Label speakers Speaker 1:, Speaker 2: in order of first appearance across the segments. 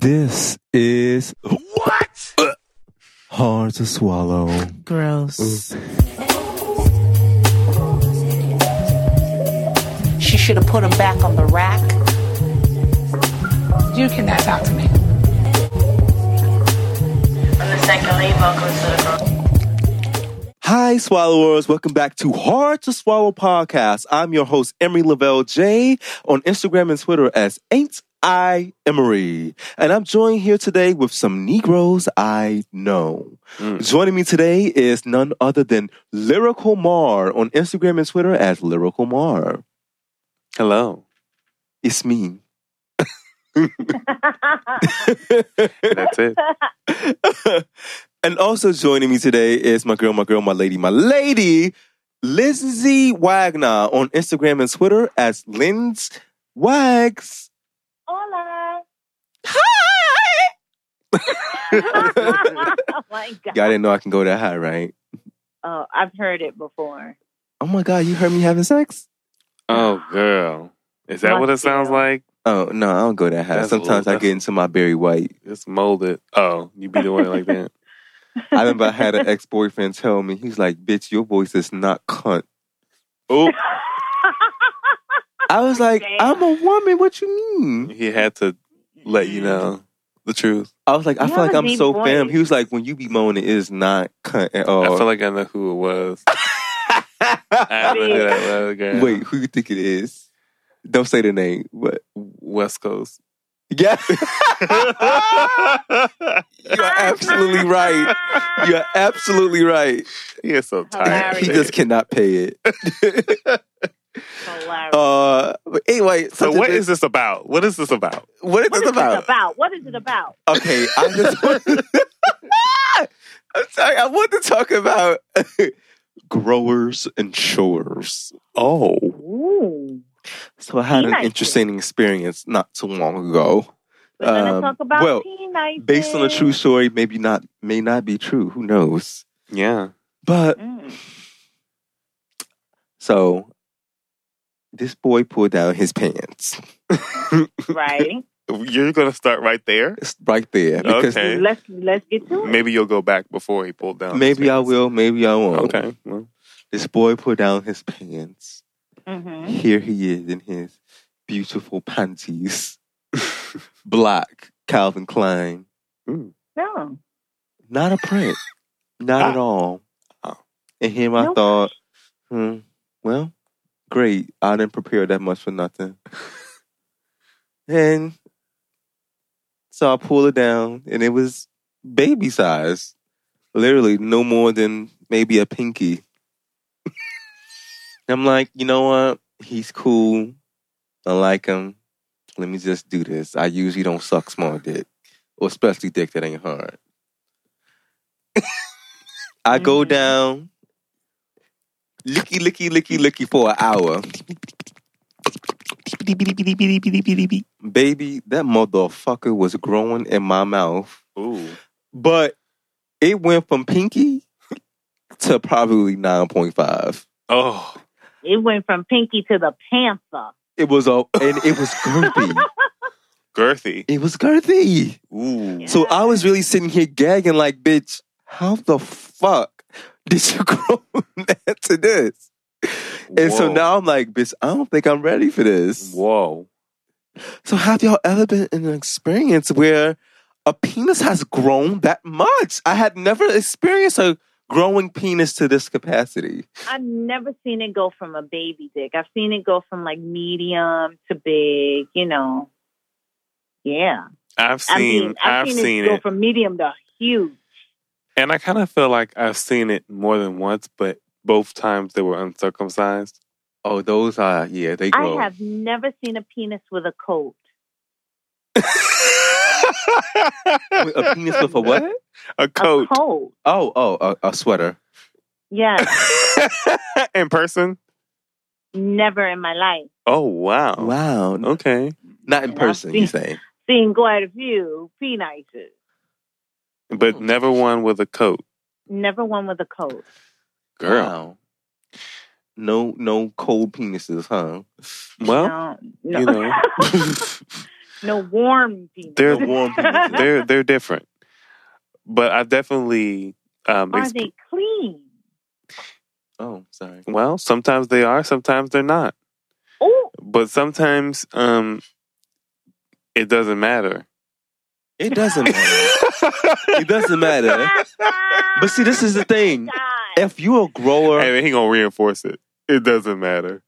Speaker 1: This is what hard to swallow.
Speaker 2: Gross.
Speaker 3: She should have put him back on the rack.
Speaker 4: You cannot talk to me.
Speaker 1: Hi, swallowers. Welcome back to Hard to Swallow podcast. I'm your host, Emery Lavelle J, on Instagram and Twitter as Ain't I Emery. And I'm joined here today with some Negroes I know. Joining me today is none other than Lyrical Mar on Instagram and Twitter as Lyrical Mar.
Speaker 5: Hello.
Speaker 1: It's me.
Speaker 5: That's it.
Speaker 1: and also joining me today is my girl, my girl, my lady, my lady, Lindsay Wagner on Instagram and Twitter as Linz Wags.
Speaker 6: Hola.
Speaker 1: Y'all
Speaker 6: oh my god.
Speaker 1: didn't know I can go that high, right?
Speaker 6: Oh, I've heard it before.
Speaker 1: Oh my God, you heard me having sex?
Speaker 5: Oh, girl. Is that what it sounds like?
Speaker 1: Oh no, I don't go that high.
Speaker 5: That's a
Speaker 1: Sometimes
Speaker 5: little-
Speaker 1: I get into my Barry White.
Speaker 5: It's molded. Oh, you be doing it like that.
Speaker 1: I remember I had an ex boyfriend tell me, he's like, bitch, your voice is not cunt. Oh. I was like,
Speaker 6: Damn.
Speaker 1: I'm a woman. What you mean?
Speaker 5: He had to let you know the truth.
Speaker 1: I was like, I
Speaker 6: You
Speaker 1: feel
Speaker 6: have
Speaker 1: like
Speaker 6: a
Speaker 1: I'm
Speaker 6: deep
Speaker 1: so
Speaker 6: voice.
Speaker 1: fam. He was like, when you be moaning, it is not cunt at all.
Speaker 5: I feel like I know who it was. I have to hear that loud, girl.
Speaker 1: Wait, who you think it is? Don't say the name. What?
Speaker 5: West Coast.
Speaker 1: Yeah, you're absolutely right. You're absolutely right.
Speaker 5: He is so tired.
Speaker 1: He just cannot pay it.
Speaker 6: Hilarious.
Speaker 1: uh, but anyway,
Speaker 5: so
Speaker 1: something
Speaker 5: what
Speaker 1: that-
Speaker 5: is this about? What is this about?
Speaker 1: what is
Speaker 6: what
Speaker 1: this
Speaker 6: is
Speaker 1: about?
Speaker 6: it about? What is it about?
Speaker 1: Okay, I just I'm sorry. I want to talk about growers and shores. Oh.
Speaker 6: Ooh.
Speaker 1: So I had an
Speaker 6: Nice.
Speaker 1: interesting experience not too long ago.
Speaker 6: We're gonna
Speaker 1: Um,
Speaker 6: talk about
Speaker 1: well,
Speaker 6: penises.
Speaker 1: Based on a true story, maybe not may not be true. Who knows?
Speaker 5: Yeah.
Speaker 1: But
Speaker 6: Mm.
Speaker 1: so this boy pulled down his pants.
Speaker 6: Right.
Speaker 5: You're going to start right there?
Speaker 1: It's right there. Because
Speaker 5: Okay.
Speaker 6: let's let's get to it.
Speaker 5: Maybe you'll go back before he pulled down. his
Speaker 1: maybe I
Speaker 5: pants.
Speaker 1: will, maybe I won't.
Speaker 5: Okay. Well,
Speaker 1: This boy pulled down his pants.
Speaker 6: hmm
Speaker 1: Here he is in his beautiful panties. Black Calvin Klein.
Speaker 6: No.
Speaker 1: Not a print. Not at all.
Speaker 5: Ah. Oh.
Speaker 1: And him, I
Speaker 6: No.
Speaker 1: thought, hmm, well, great. I didn't prepare that much for nothing. and so I pulled it down, and it was baby size. Literally, no more than maybe a pinky. I'm like, you know what? He's cool. I like him. Let me just do this. I usually don't suck small dick, or especially dick that ain't hard. I go
Speaker 6: Mhm.
Speaker 1: down, licky, licky, licky, licky for an hour. Baby, that motherfucker was growing in my mouth,
Speaker 5: ooh.
Speaker 1: but it went from pinky to probably 9.5.
Speaker 5: Oh.
Speaker 6: It went from pinky to the panther.
Speaker 1: It was a, and it was girthy.
Speaker 5: Girthy.
Speaker 1: it was girthy.
Speaker 5: Ooh.
Speaker 1: So I was really sitting here gagging, like, bitch, how the fuck did you grow that to this? And so
Speaker 5: Whoa.
Speaker 1: now I'm like, bitch, I don't think I'm ready for this.
Speaker 5: Whoa.
Speaker 1: So have y'all ever been in an experience where a penis has grown that much? I had never experienced a growing penis to this capacity.
Speaker 6: I've never seen it go from a baby dick. I've seen it go from like medium to big, you know. Yeah.
Speaker 5: I've
Speaker 6: I've
Speaker 5: seen, I've, seen, it.
Speaker 6: it go from medium to huge.
Speaker 5: And I kind of feel like I've seen it more than once, but both times they were uncircumcised.
Speaker 1: Oh, those are yeah, they grow.
Speaker 6: I have never seen a penis with a coat.
Speaker 1: Wait, a penis with a what?
Speaker 5: A coat
Speaker 6: A coat.
Speaker 1: Oh, oh, a, a sweater.
Speaker 6: Yes.
Speaker 5: in person.
Speaker 6: never in my life.
Speaker 5: Oh wow.
Speaker 1: Wow,
Speaker 5: Okay,
Speaker 1: not in
Speaker 6: I've
Speaker 1: person. You
Speaker 6: seen-
Speaker 1: saying?
Speaker 6: Seen quite a few penises.
Speaker 5: but never one with a coat,
Speaker 6: Never one with a coat.
Speaker 5: girl.
Speaker 1: Wow. No, no cold penises, huh?
Speaker 5: Well,
Speaker 6: no, no.
Speaker 5: you know,
Speaker 6: No warm penis.
Speaker 5: They're-
Speaker 1: The warm penis.
Speaker 5: they're they're different, but I definitely um,
Speaker 6: Are
Speaker 5: ex-
Speaker 6: they clean?
Speaker 1: Oh, sorry.
Speaker 5: well. Sometimes they are, sometimes they're not.
Speaker 6: Oh,
Speaker 5: But sometimes um, it doesn't matter.
Speaker 1: It doesn't matter. it doesn't matter.
Speaker 6: ah,
Speaker 1: But see, this is the thing.
Speaker 6: God.
Speaker 1: If you're a grower,
Speaker 5: And he gonna reinforce it. It doesn't matter.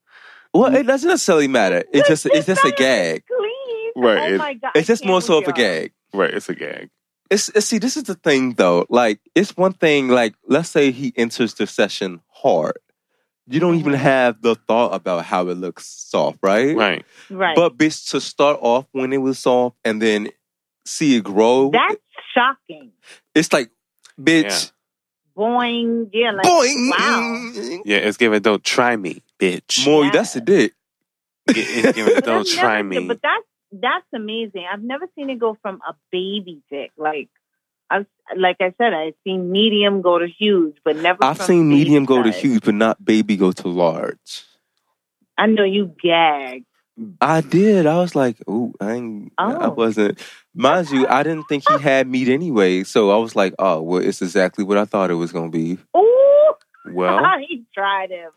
Speaker 1: well, it doesn't necessarily matter. It's just it's just a
Speaker 6: It's
Speaker 1: gag.
Speaker 6: Clean.
Speaker 5: Right,
Speaker 6: Oh
Speaker 5: it-
Speaker 6: my God.
Speaker 1: It's
Speaker 6: I
Speaker 1: just
Speaker 6: can't
Speaker 1: more so of
Speaker 6: with
Speaker 1: a
Speaker 6: y'all.
Speaker 1: gag.
Speaker 5: Right? It's a gag.
Speaker 1: It's, it's see, this is the thing though. Like it's one thing. Like let's say he enters the session hard. You don't even
Speaker 6: Mhm.
Speaker 1: have the thought about how it looks soft, right?
Speaker 5: Right.
Speaker 6: Right.
Speaker 1: But bitch, to start off when it was soft and then see it grow,
Speaker 6: That's shocking.
Speaker 1: it's like, bitch,
Speaker 6: Boing. Yeah. Like,
Speaker 1: boing. mm,
Speaker 6: Wow.
Speaker 5: Yeah. It's giving. Don't try me, bitch.
Speaker 1: More,
Speaker 6: Yeah.
Speaker 1: that's a dick.
Speaker 5: It- it's giving.
Speaker 6: But
Speaker 5: Don't
Speaker 6: I've
Speaker 5: try
Speaker 6: never
Speaker 5: me.
Speaker 6: seen- But that's that's amazing. I've never seen it go from a baby dick. Like I've like I said, I've seen medium go to huge, but never.
Speaker 1: I've
Speaker 6: from
Speaker 1: seen
Speaker 6: baby
Speaker 1: medium go to
Speaker 6: size.
Speaker 1: huge, but not baby go to large.
Speaker 6: I know you gag.
Speaker 1: I did. I was like, ooh, I ain't, I
Speaker 6: Oh.
Speaker 1: wasn't. Mind you, I didn't think he had meat anyway. So I was like, oh, well, it's exactly what I thought it was going to be.
Speaker 6: Ooh,
Speaker 5: Well,
Speaker 6: he tried him.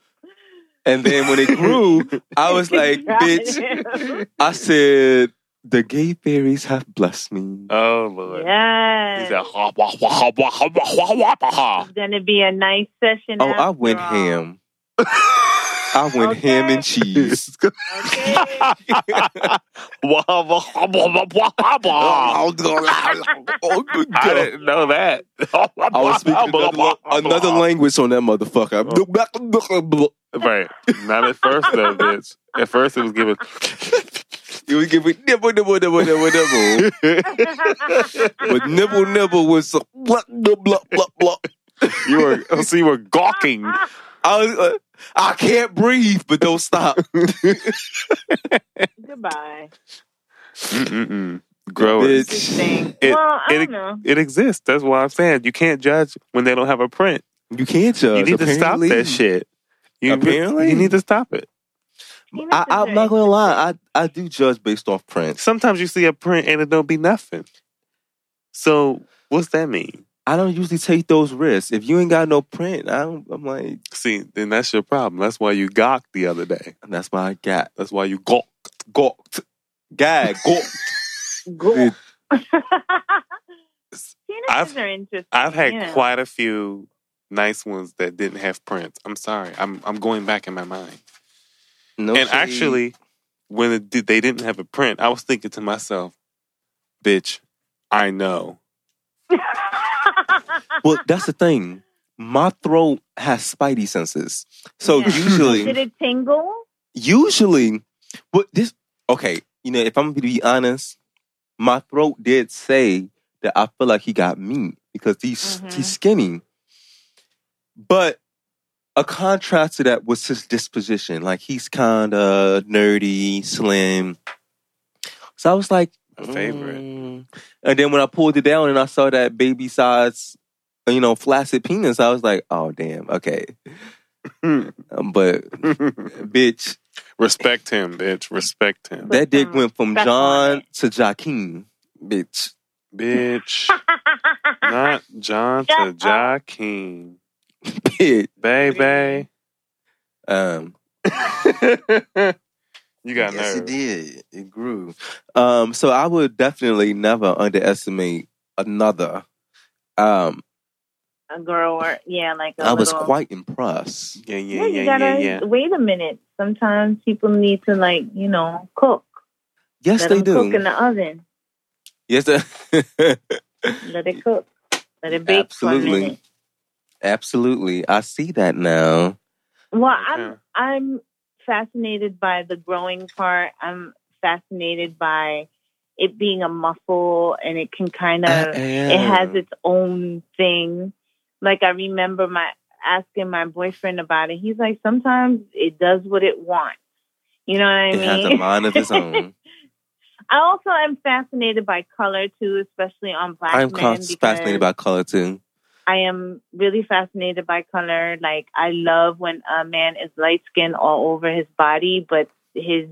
Speaker 1: And then when it grew, I was like,
Speaker 6: He tried
Speaker 1: bitch,
Speaker 6: him.
Speaker 1: I said, the gay fairies have blessed me.
Speaker 5: oh lord. He said,
Speaker 6: yes.
Speaker 5: "Ha, wah, wah, wah, wah, wah, wah, wah, wah, wah."
Speaker 6: It's gonna be a nice session.
Speaker 1: oh, I
Speaker 6: after
Speaker 1: went
Speaker 6: all.
Speaker 1: ham. I went ham and cheese.
Speaker 5: Oh.
Speaker 6: Okay.
Speaker 5: Wah, wah, wah, wah, wah, wah,
Speaker 1: Oh,
Speaker 5: wah. Oh, I didn't know that. I
Speaker 1: I was speaking another, lo- another language on that
Speaker 5: Oh.
Speaker 1: motherfucker.
Speaker 5: Right. Not at first, though, bitch. At first, it was giving.
Speaker 1: It was giving nibble, nibble, nibble, nibble, nibble. But nibble, nibble was a blah, blah, blah, blah, blah.
Speaker 5: You were so you were gawking.
Speaker 1: I was, uh, I can't breathe, but don't stop.
Speaker 6: Goodbye.
Speaker 5: Mm-mm-mm. Growers.
Speaker 6: Good
Speaker 1: Bitch.
Speaker 6: thing.
Speaker 5: It-
Speaker 6: well, I
Speaker 5: it-
Speaker 6: don't know.
Speaker 5: It exists. That's why I'm saying you can't judge when they don't have a print.
Speaker 1: You can't judge.
Speaker 5: You need to stop
Speaker 1: apparently.
Speaker 5: that shit. You,
Speaker 1: Apparently.
Speaker 5: you need to stop it.
Speaker 6: Penis
Speaker 1: I,
Speaker 6: is
Speaker 1: I'm
Speaker 6: a-
Speaker 1: not gonna lie. I, I do judge based off prints.
Speaker 5: Sometimes you see a print and it don't be nothing. So what's that mean?
Speaker 1: I don't usually take those risks. If you ain't got no print, I don't, I'm like,
Speaker 5: See, then that's your problem. That's why you gawked the other day.
Speaker 1: that's why I got
Speaker 5: That's why you gawked.
Speaker 1: gawked. Gag, gawked.
Speaker 6: Go.
Speaker 5: I've-
Speaker 6: Penises are interesting.
Speaker 5: I've had
Speaker 6: yeah.
Speaker 5: quite a few nice ones that didn't have prints. I'm sorry. I'm I'm going back in my mind.
Speaker 1: No
Speaker 5: and
Speaker 1: shade.
Speaker 5: actually, when it did, they didn't have a print, I was thinking to myself, "Bitch, I know."
Speaker 1: well, that's the thing. My throat has spidey senses, so
Speaker 6: Yeah.
Speaker 1: usually,
Speaker 6: Did it tingle?
Speaker 1: usually, what this? Okay, you know, if I'm gonna be honest, my throat did say that I feel like he got meat because he's
Speaker 6: Mhm.
Speaker 1: he's skinny, but. A contrast to that was his disposition. Like he's kind of nerdy, slim. So I was like,
Speaker 5: My favorite.
Speaker 1: Mm. And then when I pulled it down and I saw that baby size, you know, flaccid penis, I was like, oh, damn, okay.
Speaker 6: Mm.
Speaker 1: Um, but, bitch,
Speaker 5: Hmm. Respect him, bitch. Respect him,
Speaker 1: that dick
Speaker 6: some
Speaker 1: went from
Speaker 6: respect on
Speaker 1: John
Speaker 6: it.
Speaker 1: to Joaquin, bitch.
Speaker 5: bitch. Not John to
Speaker 6: Shut
Speaker 5: Joaquin,
Speaker 1: Bitch.
Speaker 5: baby.
Speaker 1: Um,
Speaker 5: you got
Speaker 1: yes, it
Speaker 5: nerve.
Speaker 1: did. It grew. Um, so I would definitely never underestimate another. Um,
Speaker 6: a grower. Yeah, like I
Speaker 1: I was quite impressed.
Speaker 5: Yeah, yeah,
Speaker 6: Yeah,
Speaker 5: yeah,
Speaker 6: you
Speaker 5: yeah,
Speaker 6: gotta
Speaker 5: yeah.
Speaker 6: wait a minute. Sometimes people need to like you know cook.
Speaker 1: Yes,
Speaker 6: Let
Speaker 1: they
Speaker 6: them
Speaker 1: do.
Speaker 6: cook in the oven.
Speaker 1: yes, they-
Speaker 6: Let it cook. Let it bake for
Speaker 1: Absolutely.
Speaker 6: a minute.
Speaker 1: absolutely. I see that now.
Speaker 6: Well, I'm
Speaker 5: Yeah.
Speaker 6: I'm fascinated by the growing part. I'm fascinated by it being a muffle and it can kind of it
Speaker 1: Uh-huh.
Speaker 6: has its own thing. Like I remember my asking my boyfriend about it. He's like, sometimes it does what it wants. You know what I
Speaker 1: it has a
Speaker 6: mean?
Speaker 1: mind of its own.
Speaker 6: I also am fascinated by color too, especially on black
Speaker 1: I'm
Speaker 6: men.
Speaker 1: cons- fascinated
Speaker 6: because-
Speaker 1: by color too.
Speaker 6: I am really fascinated by color. Like I love when a man is light skinned all over his body, but his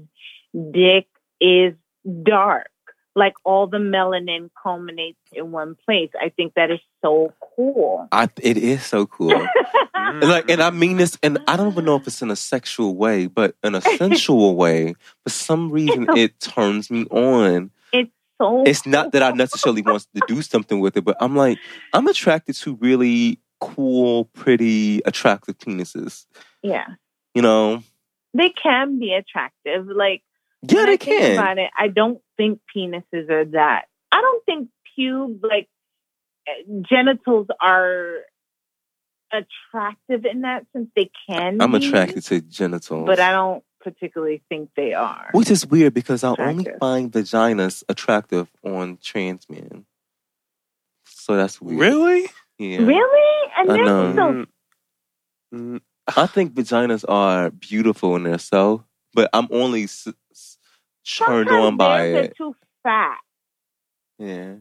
Speaker 6: dick is dark. like all the melanin culminates in one place. I think that is so cool.
Speaker 1: I, it is so cool.
Speaker 5: Mm.
Speaker 1: and like, and I mean this, and I don't even know if it's in a sexual way, but in a sensual way. For some reason, it turns me on.
Speaker 6: So
Speaker 1: It's not that I necessarily want to do something with it, but I'm like, I'm attracted to really cool, pretty, attractive penises.
Speaker 6: yeah,
Speaker 1: You know?
Speaker 6: they can be attractive. Like
Speaker 1: Yeah,
Speaker 6: when
Speaker 1: they
Speaker 6: I think
Speaker 1: can.
Speaker 6: About it, I don't think penises are that. I don't think pubes like eh, genitals are attractive in that sense. They can.
Speaker 1: I'm
Speaker 6: be,
Speaker 1: attracted to genitals.
Speaker 6: but I don't particularly think they are.
Speaker 1: Which is weird because I only
Speaker 6: Attractive.
Speaker 1: find vaginas attractive on trans men. So that's weird.
Speaker 5: Really?
Speaker 1: Yeah.
Speaker 6: Really? And
Speaker 1: I
Speaker 6: they're
Speaker 1: know.
Speaker 6: so
Speaker 5: Mm, mm,
Speaker 1: I think vaginas are beautiful in themselves, but I'm only s- s- turned
Speaker 6: sometimes
Speaker 1: on by
Speaker 6: they're
Speaker 1: it.
Speaker 6: Too fat.
Speaker 1: Yeah.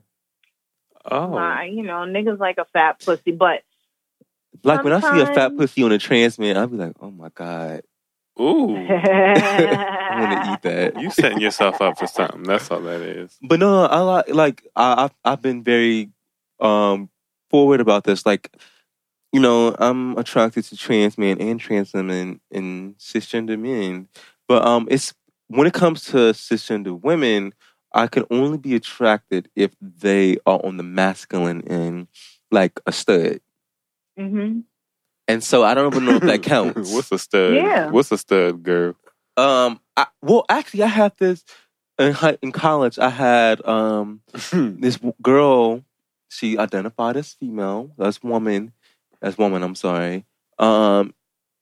Speaker 5: Oh.
Speaker 6: Uh, you know, niggas like a fat pussy, but
Speaker 1: Like when I see a fat
Speaker 6: Sometimes-
Speaker 1: pussy on a trans man, I'll be like, oh my God,
Speaker 5: Ooh.
Speaker 1: I'm going to eat that.
Speaker 5: You setting yourself up for something. That's all that is.
Speaker 1: But no, no, I like like I I've, I've been very um forward about this. Like, you know, I'm attracted to trans men and trans women and cisgender men. But um, it's when it comes to cisgender women, I can only be attracted if they are on the masculine end, like a stud.
Speaker 6: hmm
Speaker 1: And so I don't even know if that counts.
Speaker 5: What's a stud?
Speaker 6: Yeah.
Speaker 5: What's a stud, girl?
Speaker 1: um, I, well, actually, I had this in hi- in college. I had um. this w- girl, she identified as female, as woman, as woman. I'm sorry. Um,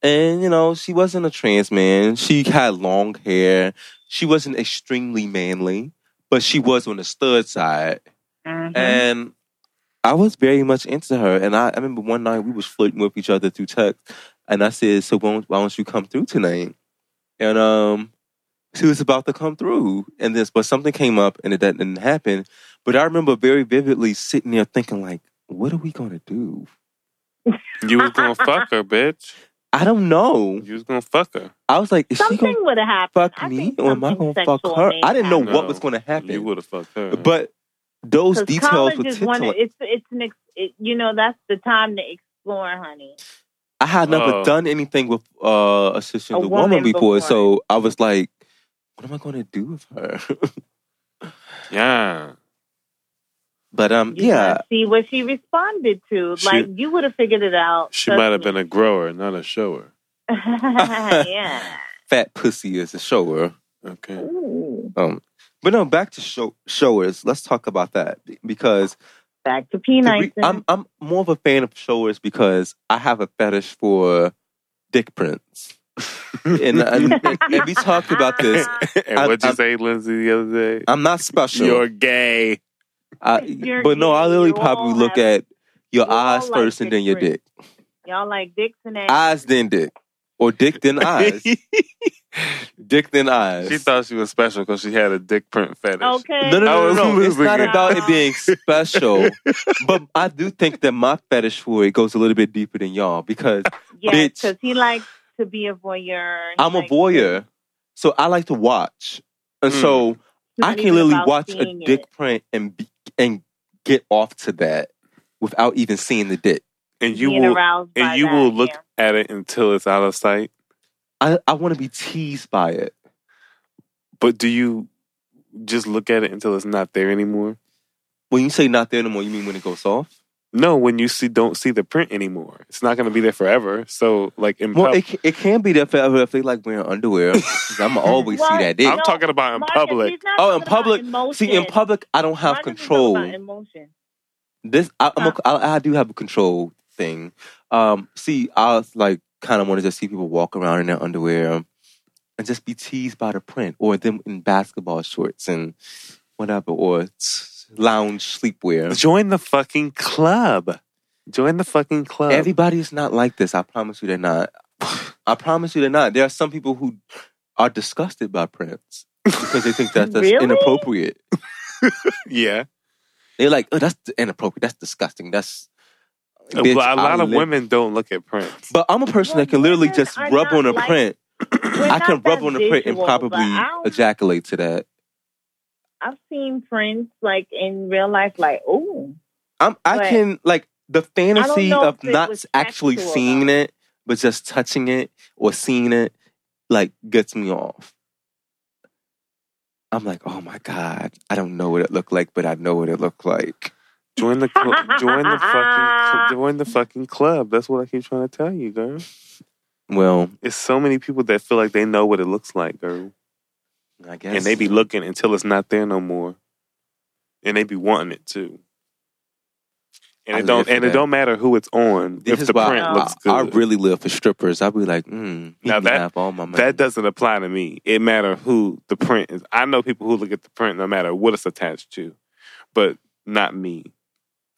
Speaker 1: and you know, she wasn't a trans man. She had long hair. She wasn't extremely manly, but she was on the stud side.
Speaker 6: Mm-hmm.
Speaker 1: And I was very much into her. And I, I remember one night we was flirting with each other through text, and I said, "So why don't, why don't you come through tonight?" And um, she was about to come through, and this, but something came up, and it that didn't happen. But I remember very vividly sitting there thinking, like, "What are we gonna do?"
Speaker 5: You was gonna fuck her, bitch.
Speaker 1: I don't know.
Speaker 5: You was gonna fuck her.
Speaker 1: I was like, "Is she
Speaker 6: something
Speaker 1: gonna
Speaker 6: would have happened.
Speaker 1: fuck
Speaker 6: I
Speaker 1: me,
Speaker 6: think
Speaker 1: or am I gonna
Speaker 6: something
Speaker 1: fuck
Speaker 6: sexual
Speaker 1: her?"
Speaker 6: may
Speaker 1: I didn't know
Speaker 6: happen.
Speaker 1: what was gonna
Speaker 5: You
Speaker 1: happen,
Speaker 5: would have fucked her.
Speaker 1: but those
Speaker 6: 'Cause
Speaker 1: details
Speaker 6: college
Speaker 1: were
Speaker 6: is one.
Speaker 1: titillating.
Speaker 6: It's it's an ex, it, you know that's the time to explore, honey.
Speaker 1: I had never
Speaker 5: Oh.
Speaker 1: done anything with uh, a sister
Speaker 6: A
Speaker 1: woman,
Speaker 6: woman
Speaker 1: before,
Speaker 6: before.
Speaker 1: so I was like, "What am I going to do with her?"
Speaker 5: yeah.
Speaker 1: but um,
Speaker 6: You
Speaker 1: yeah,
Speaker 6: gotta see what she responded to.
Speaker 5: She-
Speaker 6: like you would have figured it out.
Speaker 5: She might have been a grower, not a shower.
Speaker 6: a yeah.
Speaker 1: fat pussy is a shower.
Speaker 5: Okay.
Speaker 6: Ooh,
Speaker 1: Um, but no, back to show showers. Let's talk about that be- because
Speaker 6: back
Speaker 1: the
Speaker 6: to peanuts.
Speaker 1: re- I'm I'm more of a fan of showers because I have a fetish for dick prints, and, and, and we talked about this.
Speaker 5: and
Speaker 1: I-
Speaker 5: what'd you
Speaker 1: I-
Speaker 5: say, Lindsay, the other day?
Speaker 1: I'm not special.
Speaker 5: You're gay.
Speaker 1: I,
Speaker 6: You're-
Speaker 1: but no, I literally
Speaker 6: you all
Speaker 1: probably look
Speaker 6: have-
Speaker 1: at your
Speaker 6: you all
Speaker 1: eyes
Speaker 6: like
Speaker 1: first and
Speaker 6: dick
Speaker 1: then your
Speaker 6: prints.
Speaker 1: dick.
Speaker 6: Y'all like Dixon and
Speaker 1: eyes then dick, or dick then eyes, dick then eyes.
Speaker 5: She thought she was special because she had a dick print fetish.
Speaker 6: Okay.
Speaker 1: no, no, no,
Speaker 5: I
Speaker 1: no, no.
Speaker 5: was
Speaker 1: It's not
Speaker 5: losing it.
Speaker 1: about it being special, but I do think that my fetish for it goes a little bit deeper than y'all because
Speaker 6: Yes,
Speaker 1: bitch.
Speaker 6: because he likes to be a voyeur. He
Speaker 1: I'm a
Speaker 6: likes to
Speaker 1: voyeur, so I like to watch, and
Speaker 5: Mm.
Speaker 1: so
Speaker 6: It's
Speaker 1: I
Speaker 6: not
Speaker 1: can
Speaker 6: even
Speaker 1: literally
Speaker 6: about
Speaker 1: watch a
Speaker 6: seeing
Speaker 1: dick
Speaker 6: it.
Speaker 1: print and be, and get off to that without even seeing the dick.
Speaker 5: And you
Speaker 6: being
Speaker 5: will
Speaker 6: aroused by
Speaker 5: and you
Speaker 6: that,
Speaker 5: will look
Speaker 6: yeah.
Speaker 5: at it until it's out of sight.
Speaker 1: I, I want to be teased by it.
Speaker 5: But do you just look at it until it's not there anymore?
Speaker 1: When you say not there anymore, you mean when it goes off?
Speaker 5: No, when you see don't see the print anymore. It's not going to be there forever. So like in
Speaker 1: Well,
Speaker 5: pub-
Speaker 1: it, ca- it can be there forever if they like wearing underwear. 'Cause I'ma always see
Speaker 6: What?
Speaker 1: that dick.
Speaker 5: I'm
Speaker 6: No,
Speaker 5: talking about in
Speaker 6: Marcus,
Speaker 5: public.
Speaker 6: he's not
Speaker 1: Oh, in
Speaker 6: talking about
Speaker 1: public.
Speaker 6: emotion.
Speaker 1: See, in public, I don't have
Speaker 6: Marcus is talking about
Speaker 1: control.
Speaker 6: emotion.
Speaker 1: This I, I'm a, I, I do have a control thing. Um, see, I like kind of want to just see people walk around in their underwear and just be teased by the print, or them in basketball shorts and whatever, or s- lounge sleepwear.
Speaker 5: Join the fucking club. Join the fucking club.
Speaker 1: Everybody's not like this. I promise you, they're not. I promise you, they're not. There are some people who are disgusted by prints because they think that that's
Speaker 6: Really?
Speaker 1: inappropriate.
Speaker 5: yeah.
Speaker 1: They're like, oh, that's inappropriate. That's disgusting. That's
Speaker 5: A
Speaker 1: Bitch,
Speaker 5: lo- a lot
Speaker 1: I
Speaker 5: of
Speaker 1: live-
Speaker 5: women don't look at prints.
Speaker 1: But I'm a person
Speaker 6: Well,
Speaker 1: that can literally
Speaker 6: women
Speaker 1: just
Speaker 6: are
Speaker 1: rub
Speaker 6: not
Speaker 1: on a
Speaker 6: like-
Speaker 1: print.
Speaker 6: We're
Speaker 1: I can
Speaker 6: not
Speaker 1: rub
Speaker 6: that
Speaker 1: on a print and
Speaker 6: visual, but
Speaker 1: probably
Speaker 6: I don't-
Speaker 1: ejaculate to that.
Speaker 6: I've seen friends like in real life, like oh,
Speaker 1: I'm, I
Speaker 6: But-
Speaker 1: can like the fantasy
Speaker 6: know
Speaker 1: of
Speaker 6: if it
Speaker 1: not
Speaker 6: was
Speaker 1: actually
Speaker 6: sexual,
Speaker 1: seeing
Speaker 6: though.
Speaker 1: it, but just touching it or seeing it, like gets me off. I'm like, oh my god, I don't know what it looked like, but I know what it looked like.
Speaker 5: Join the cl- join the fucking cl- join the fucking club. That's what I keep trying to tell you, girl.
Speaker 1: Well,
Speaker 5: It's so many people that feel like they know what it looks like, girl,
Speaker 1: I guess,
Speaker 5: and they be looking until it's not there no more, and they be wanting it too. And
Speaker 1: I
Speaker 5: it
Speaker 1: live
Speaker 5: don't
Speaker 1: for
Speaker 5: and it
Speaker 1: that.
Speaker 5: don't matter who it's on
Speaker 1: This
Speaker 5: if
Speaker 1: is
Speaker 5: the
Speaker 1: why
Speaker 5: print
Speaker 1: I,
Speaker 5: looks
Speaker 6: Oh.
Speaker 5: good.
Speaker 1: I really live for strippers. I'd be like, mm, he
Speaker 5: Now
Speaker 1: can
Speaker 5: that-
Speaker 1: have all my money.
Speaker 5: that doesn't apply to me. It matter who the print is. I know people who look at the print no matter what it's attached to, but not me.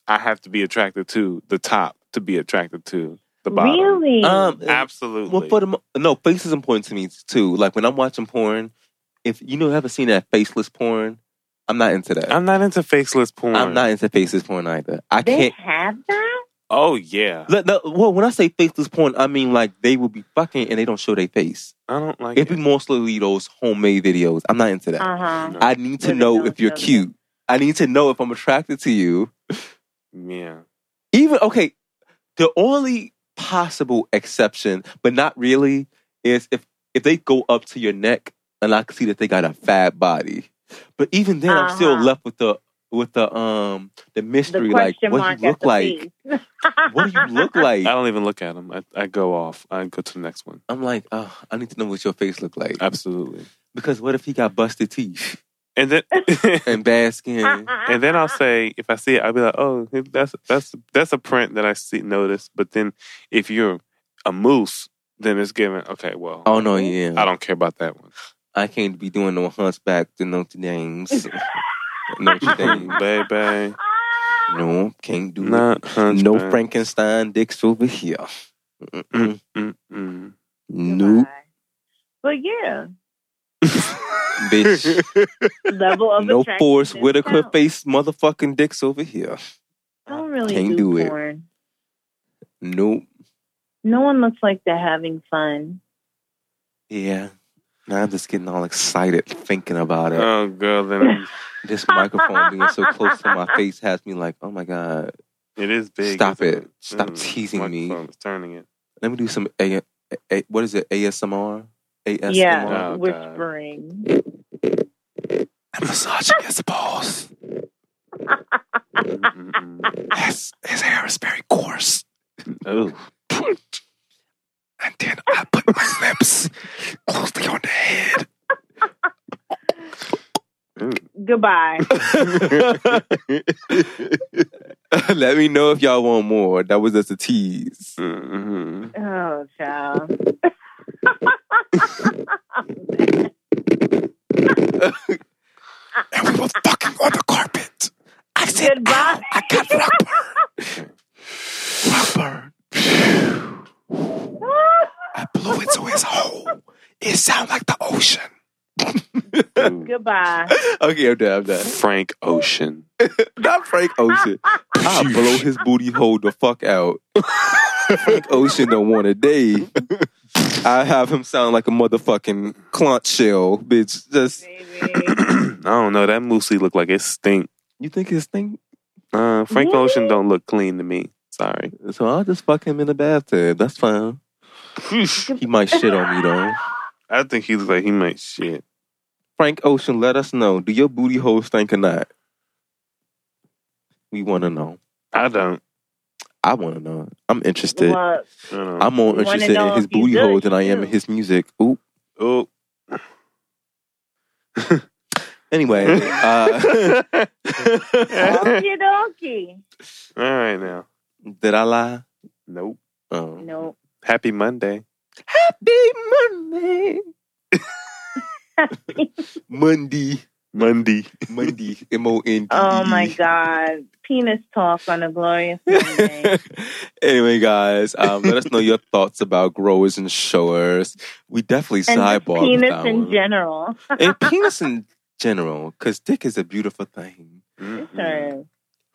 Speaker 5: I have to be attracted to the top to be attracted to the bottom.
Speaker 6: really?
Speaker 1: um,
Speaker 5: Absolutely.
Speaker 1: Well, for the mo- no, face is important to me too. Like when I'm watching porn, if you know, ever seen that faceless porn, I'm not into that. I'm,
Speaker 5: I'm not into faceless porn.
Speaker 1: not into faceless porn either. I
Speaker 6: they
Speaker 1: can't.
Speaker 6: have that.
Speaker 5: Oh yeah.
Speaker 1: No, no, well, when I say faceless porn, I mean like they will be fucking and they don't show their face.
Speaker 5: I don't like
Speaker 1: It'd be
Speaker 5: it.
Speaker 1: mostly those homemade videos. I'm not into that.
Speaker 6: Uh huh.
Speaker 5: No.
Speaker 1: I need to
Speaker 6: Where they
Speaker 1: know
Speaker 6: don't
Speaker 1: if you're
Speaker 6: show them.
Speaker 1: cute. I need to know if I'm attracted to you.
Speaker 5: yeah.
Speaker 1: even okay, the only possible exception, but not really, is if if they go up to your neck and I can see that they got a fat body. But even then, I'm still
Speaker 6: Uh-huh.
Speaker 1: left with the with the um the mystery, like what do you look like? What do you look
Speaker 5: I
Speaker 1: like?
Speaker 5: don't even look at them. I, I go off. I go to the next one.
Speaker 1: I'm like, oh, I need to know what your face look like
Speaker 5: Absolutely.
Speaker 1: because what if he got busted teeth
Speaker 5: And then
Speaker 1: and bad skin?
Speaker 6: Uh-uh.
Speaker 5: and then I'll say if I see it, I'll be like, oh, that's that's that's a print that I see notice. But then if you're a moose, then it's given. Okay, well,
Speaker 1: Oh no, yeah,
Speaker 5: I don't care about that one,
Speaker 1: I can't be doing no hunchback to Notre Dame's. Notre Dame,
Speaker 5: baby.
Speaker 1: no, can't do it.
Speaker 5: Not
Speaker 1: No
Speaker 5: hunchback.
Speaker 1: Frankenstein dicks over here. Mm-mm.
Speaker 5: Mm-mm.
Speaker 1: Nope,
Speaker 6: But yeah,
Speaker 1: bitch.
Speaker 6: level of
Speaker 1: No
Speaker 6: attraction
Speaker 1: Forrest
Speaker 6: is
Speaker 1: Whitaker
Speaker 6: count.
Speaker 1: face motherfucking dicks over here.
Speaker 6: I don't really
Speaker 1: Can't
Speaker 6: do,
Speaker 1: do it.
Speaker 6: porn.
Speaker 1: Nope.
Speaker 6: No one looks like they're having fun.
Speaker 1: Yeah. Now I'm just getting all excited thinking about it.
Speaker 5: Oh girl, then
Speaker 1: this microphone being so close to my face has me like, oh my God.
Speaker 5: it is big.
Speaker 1: Stop
Speaker 5: isn't
Speaker 1: it. Stop
Speaker 5: Mm,
Speaker 1: teasing me.
Speaker 5: microphone's turning it.
Speaker 1: Let me do some A, A- what is it? ASMR? ASMR?
Speaker 6: yeah,
Speaker 5: Oh, God.
Speaker 6: whispering.
Speaker 1: I'm massaging his balls.
Speaker 5: Mm-mm-mm.
Speaker 1: His, his hair is very coarse.
Speaker 5: Oh,
Speaker 1: And then I put my lips closely on the head.
Speaker 6: Goodbye.
Speaker 1: Let me know if y'all want more. That was just a tease.
Speaker 5: mm-hmm.
Speaker 6: Oh, child.
Speaker 1: And we were fucking on the carpet. I said,
Speaker 6: Goodbye.
Speaker 1: I got Rockburn. Rockburn.
Speaker 6: Ah!
Speaker 1: I blew into his hole. It sounded like the ocean.
Speaker 6: Goodbye.
Speaker 1: Okay, I'm done. I'm done.
Speaker 5: Frank Ocean.
Speaker 1: Not Frank Ocean. I blow his booty hole the fuck out. Frank Ocean don't want a day. I have him sound like a motherfucking clunch shell, bitch. Just
Speaker 6: Baby.
Speaker 5: I don't know. That moosey look like it stink.
Speaker 1: you think his thing?
Speaker 5: Uh, Frank
Speaker 6: Really?
Speaker 5: Ocean don't look clean to me. Sorry.
Speaker 1: So I'll just fuck him in the bathtub. That's fine. He might shit on me though.
Speaker 5: I think he looks like he might shit.
Speaker 1: Frank Ocean, let us know. Do your booty hole stink or not? We want to know.
Speaker 5: I don't.
Speaker 1: I want to know. I'm interested.
Speaker 6: Well,
Speaker 5: I don't know.
Speaker 1: I'm more
Speaker 6: We wanna
Speaker 1: interested in
Speaker 6: know
Speaker 1: his
Speaker 6: if you
Speaker 1: booty
Speaker 6: good,
Speaker 1: hole than I am
Speaker 6: too.
Speaker 1: in his music. Oop.
Speaker 5: oh.
Speaker 1: Anyway, uh,
Speaker 6: okie dokie.
Speaker 5: All right now.
Speaker 1: did I lie?
Speaker 5: Nope.
Speaker 1: Oh.
Speaker 6: Nope.
Speaker 5: Happy Monday.
Speaker 1: Happy Monday. Monday.
Speaker 5: Monday.
Speaker 1: Monday. M O N D. E.
Speaker 6: Oh, my God. Penis talk on a glorious Monday.
Speaker 1: anyway, guys, um, let us know your thoughts about growers and showers. We definitely
Speaker 6: and just
Speaker 1: sidebar with
Speaker 6: penis
Speaker 1: that
Speaker 6: in
Speaker 1: one.
Speaker 6: general.
Speaker 1: and penis in general, because dick is a beautiful thing. Mm.
Speaker 6: Sure.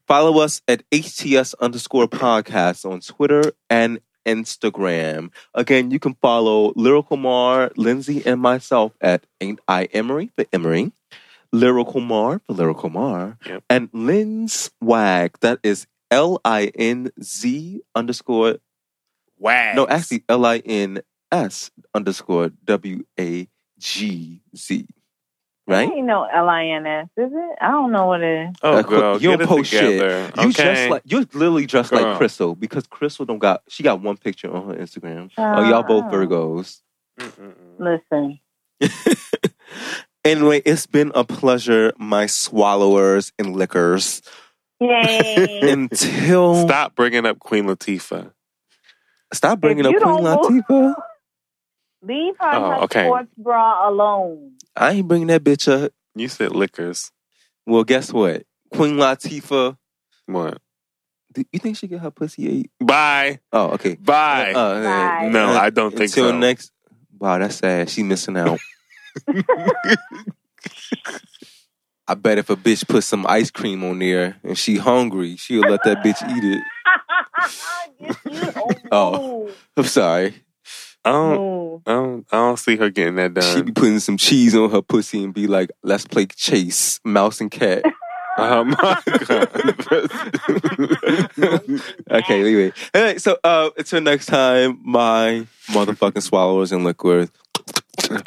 Speaker 1: Follow us at HTS underscore podcast on Twitter and Instagram. Again, you can follow Lyrical Mar, Lindsay, and myself at Ain't I Emery for Emery. Lyrical Mar for Lyrical Mar,
Speaker 5: Yep.
Speaker 1: and Lin Swag. That is L I N Z underscore
Speaker 5: Wow.
Speaker 1: no, actually L I N S underscore W A G Z. Right?
Speaker 6: There ain't no L-I-N-S, is it? I don't know what it is.
Speaker 5: Oh,
Speaker 1: Uh,
Speaker 5: girl,
Speaker 1: you don't
Speaker 5: get it
Speaker 1: post shit.
Speaker 5: together.
Speaker 1: You
Speaker 5: okay.
Speaker 1: just like you're literally dressed like
Speaker 5: Girl.
Speaker 1: Crystal because Crystal don't got she got one picture on her Instagram. oh, y'all both
Speaker 6: Uh,
Speaker 1: Virgos.
Speaker 5: Mm-mm-mm.
Speaker 6: Listen,
Speaker 1: Anyway, it's been a pleasure, my swallowers and liquors.
Speaker 6: yay!
Speaker 1: Until
Speaker 5: Stop bringing up Queen Latifah.
Speaker 1: stop bringing
Speaker 6: If
Speaker 1: up
Speaker 6: you
Speaker 1: Queen
Speaker 6: don't move-
Speaker 1: Latifah.
Speaker 6: Leave her
Speaker 5: Oh,
Speaker 6: her
Speaker 5: okay.
Speaker 6: sports bra alone.
Speaker 1: I ain't bringing that bitch up.
Speaker 5: You said liquors.
Speaker 1: Well, guess what? Queen Latifah.
Speaker 5: What?
Speaker 1: Do you think she get her pussy ate?
Speaker 5: Bye.
Speaker 1: Oh, okay.
Speaker 5: Bye.
Speaker 1: Uh,
Speaker 6: Bye.
Speaker 5: no, I don't think
Speaker 1: Until
Speaker 5: so.
Speaker 1: next. Wow, that's sad. She missing out. I bet if a bitch put some ice cream on there and she hungry, she'll let that bitch eat it.
Speaker 6: Get you
Speaker 1: Oh.
Speaker 6: alone.
Speaker 1: I'm sorry.
Speaker 5: I don't,
Speaker 6: Move.
Speaker 5: I don't. I don't see her getting that
Speaker 1: She be
Speaker 5: done.
Speaker 1: putting some cheese on her pussy and be like, "Let's play chase, mouse and cat."
Speaker 5: Oh my god.
Speaker 1: okay, anyway. Anyway, so uh, until next time, my motherfucking swallowers and liquors.
Speaker 6: Bye.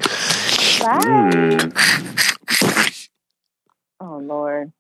Speaker 1: Mm.
Speaker 5: Hmm.
Speaker 6: Oh Lord.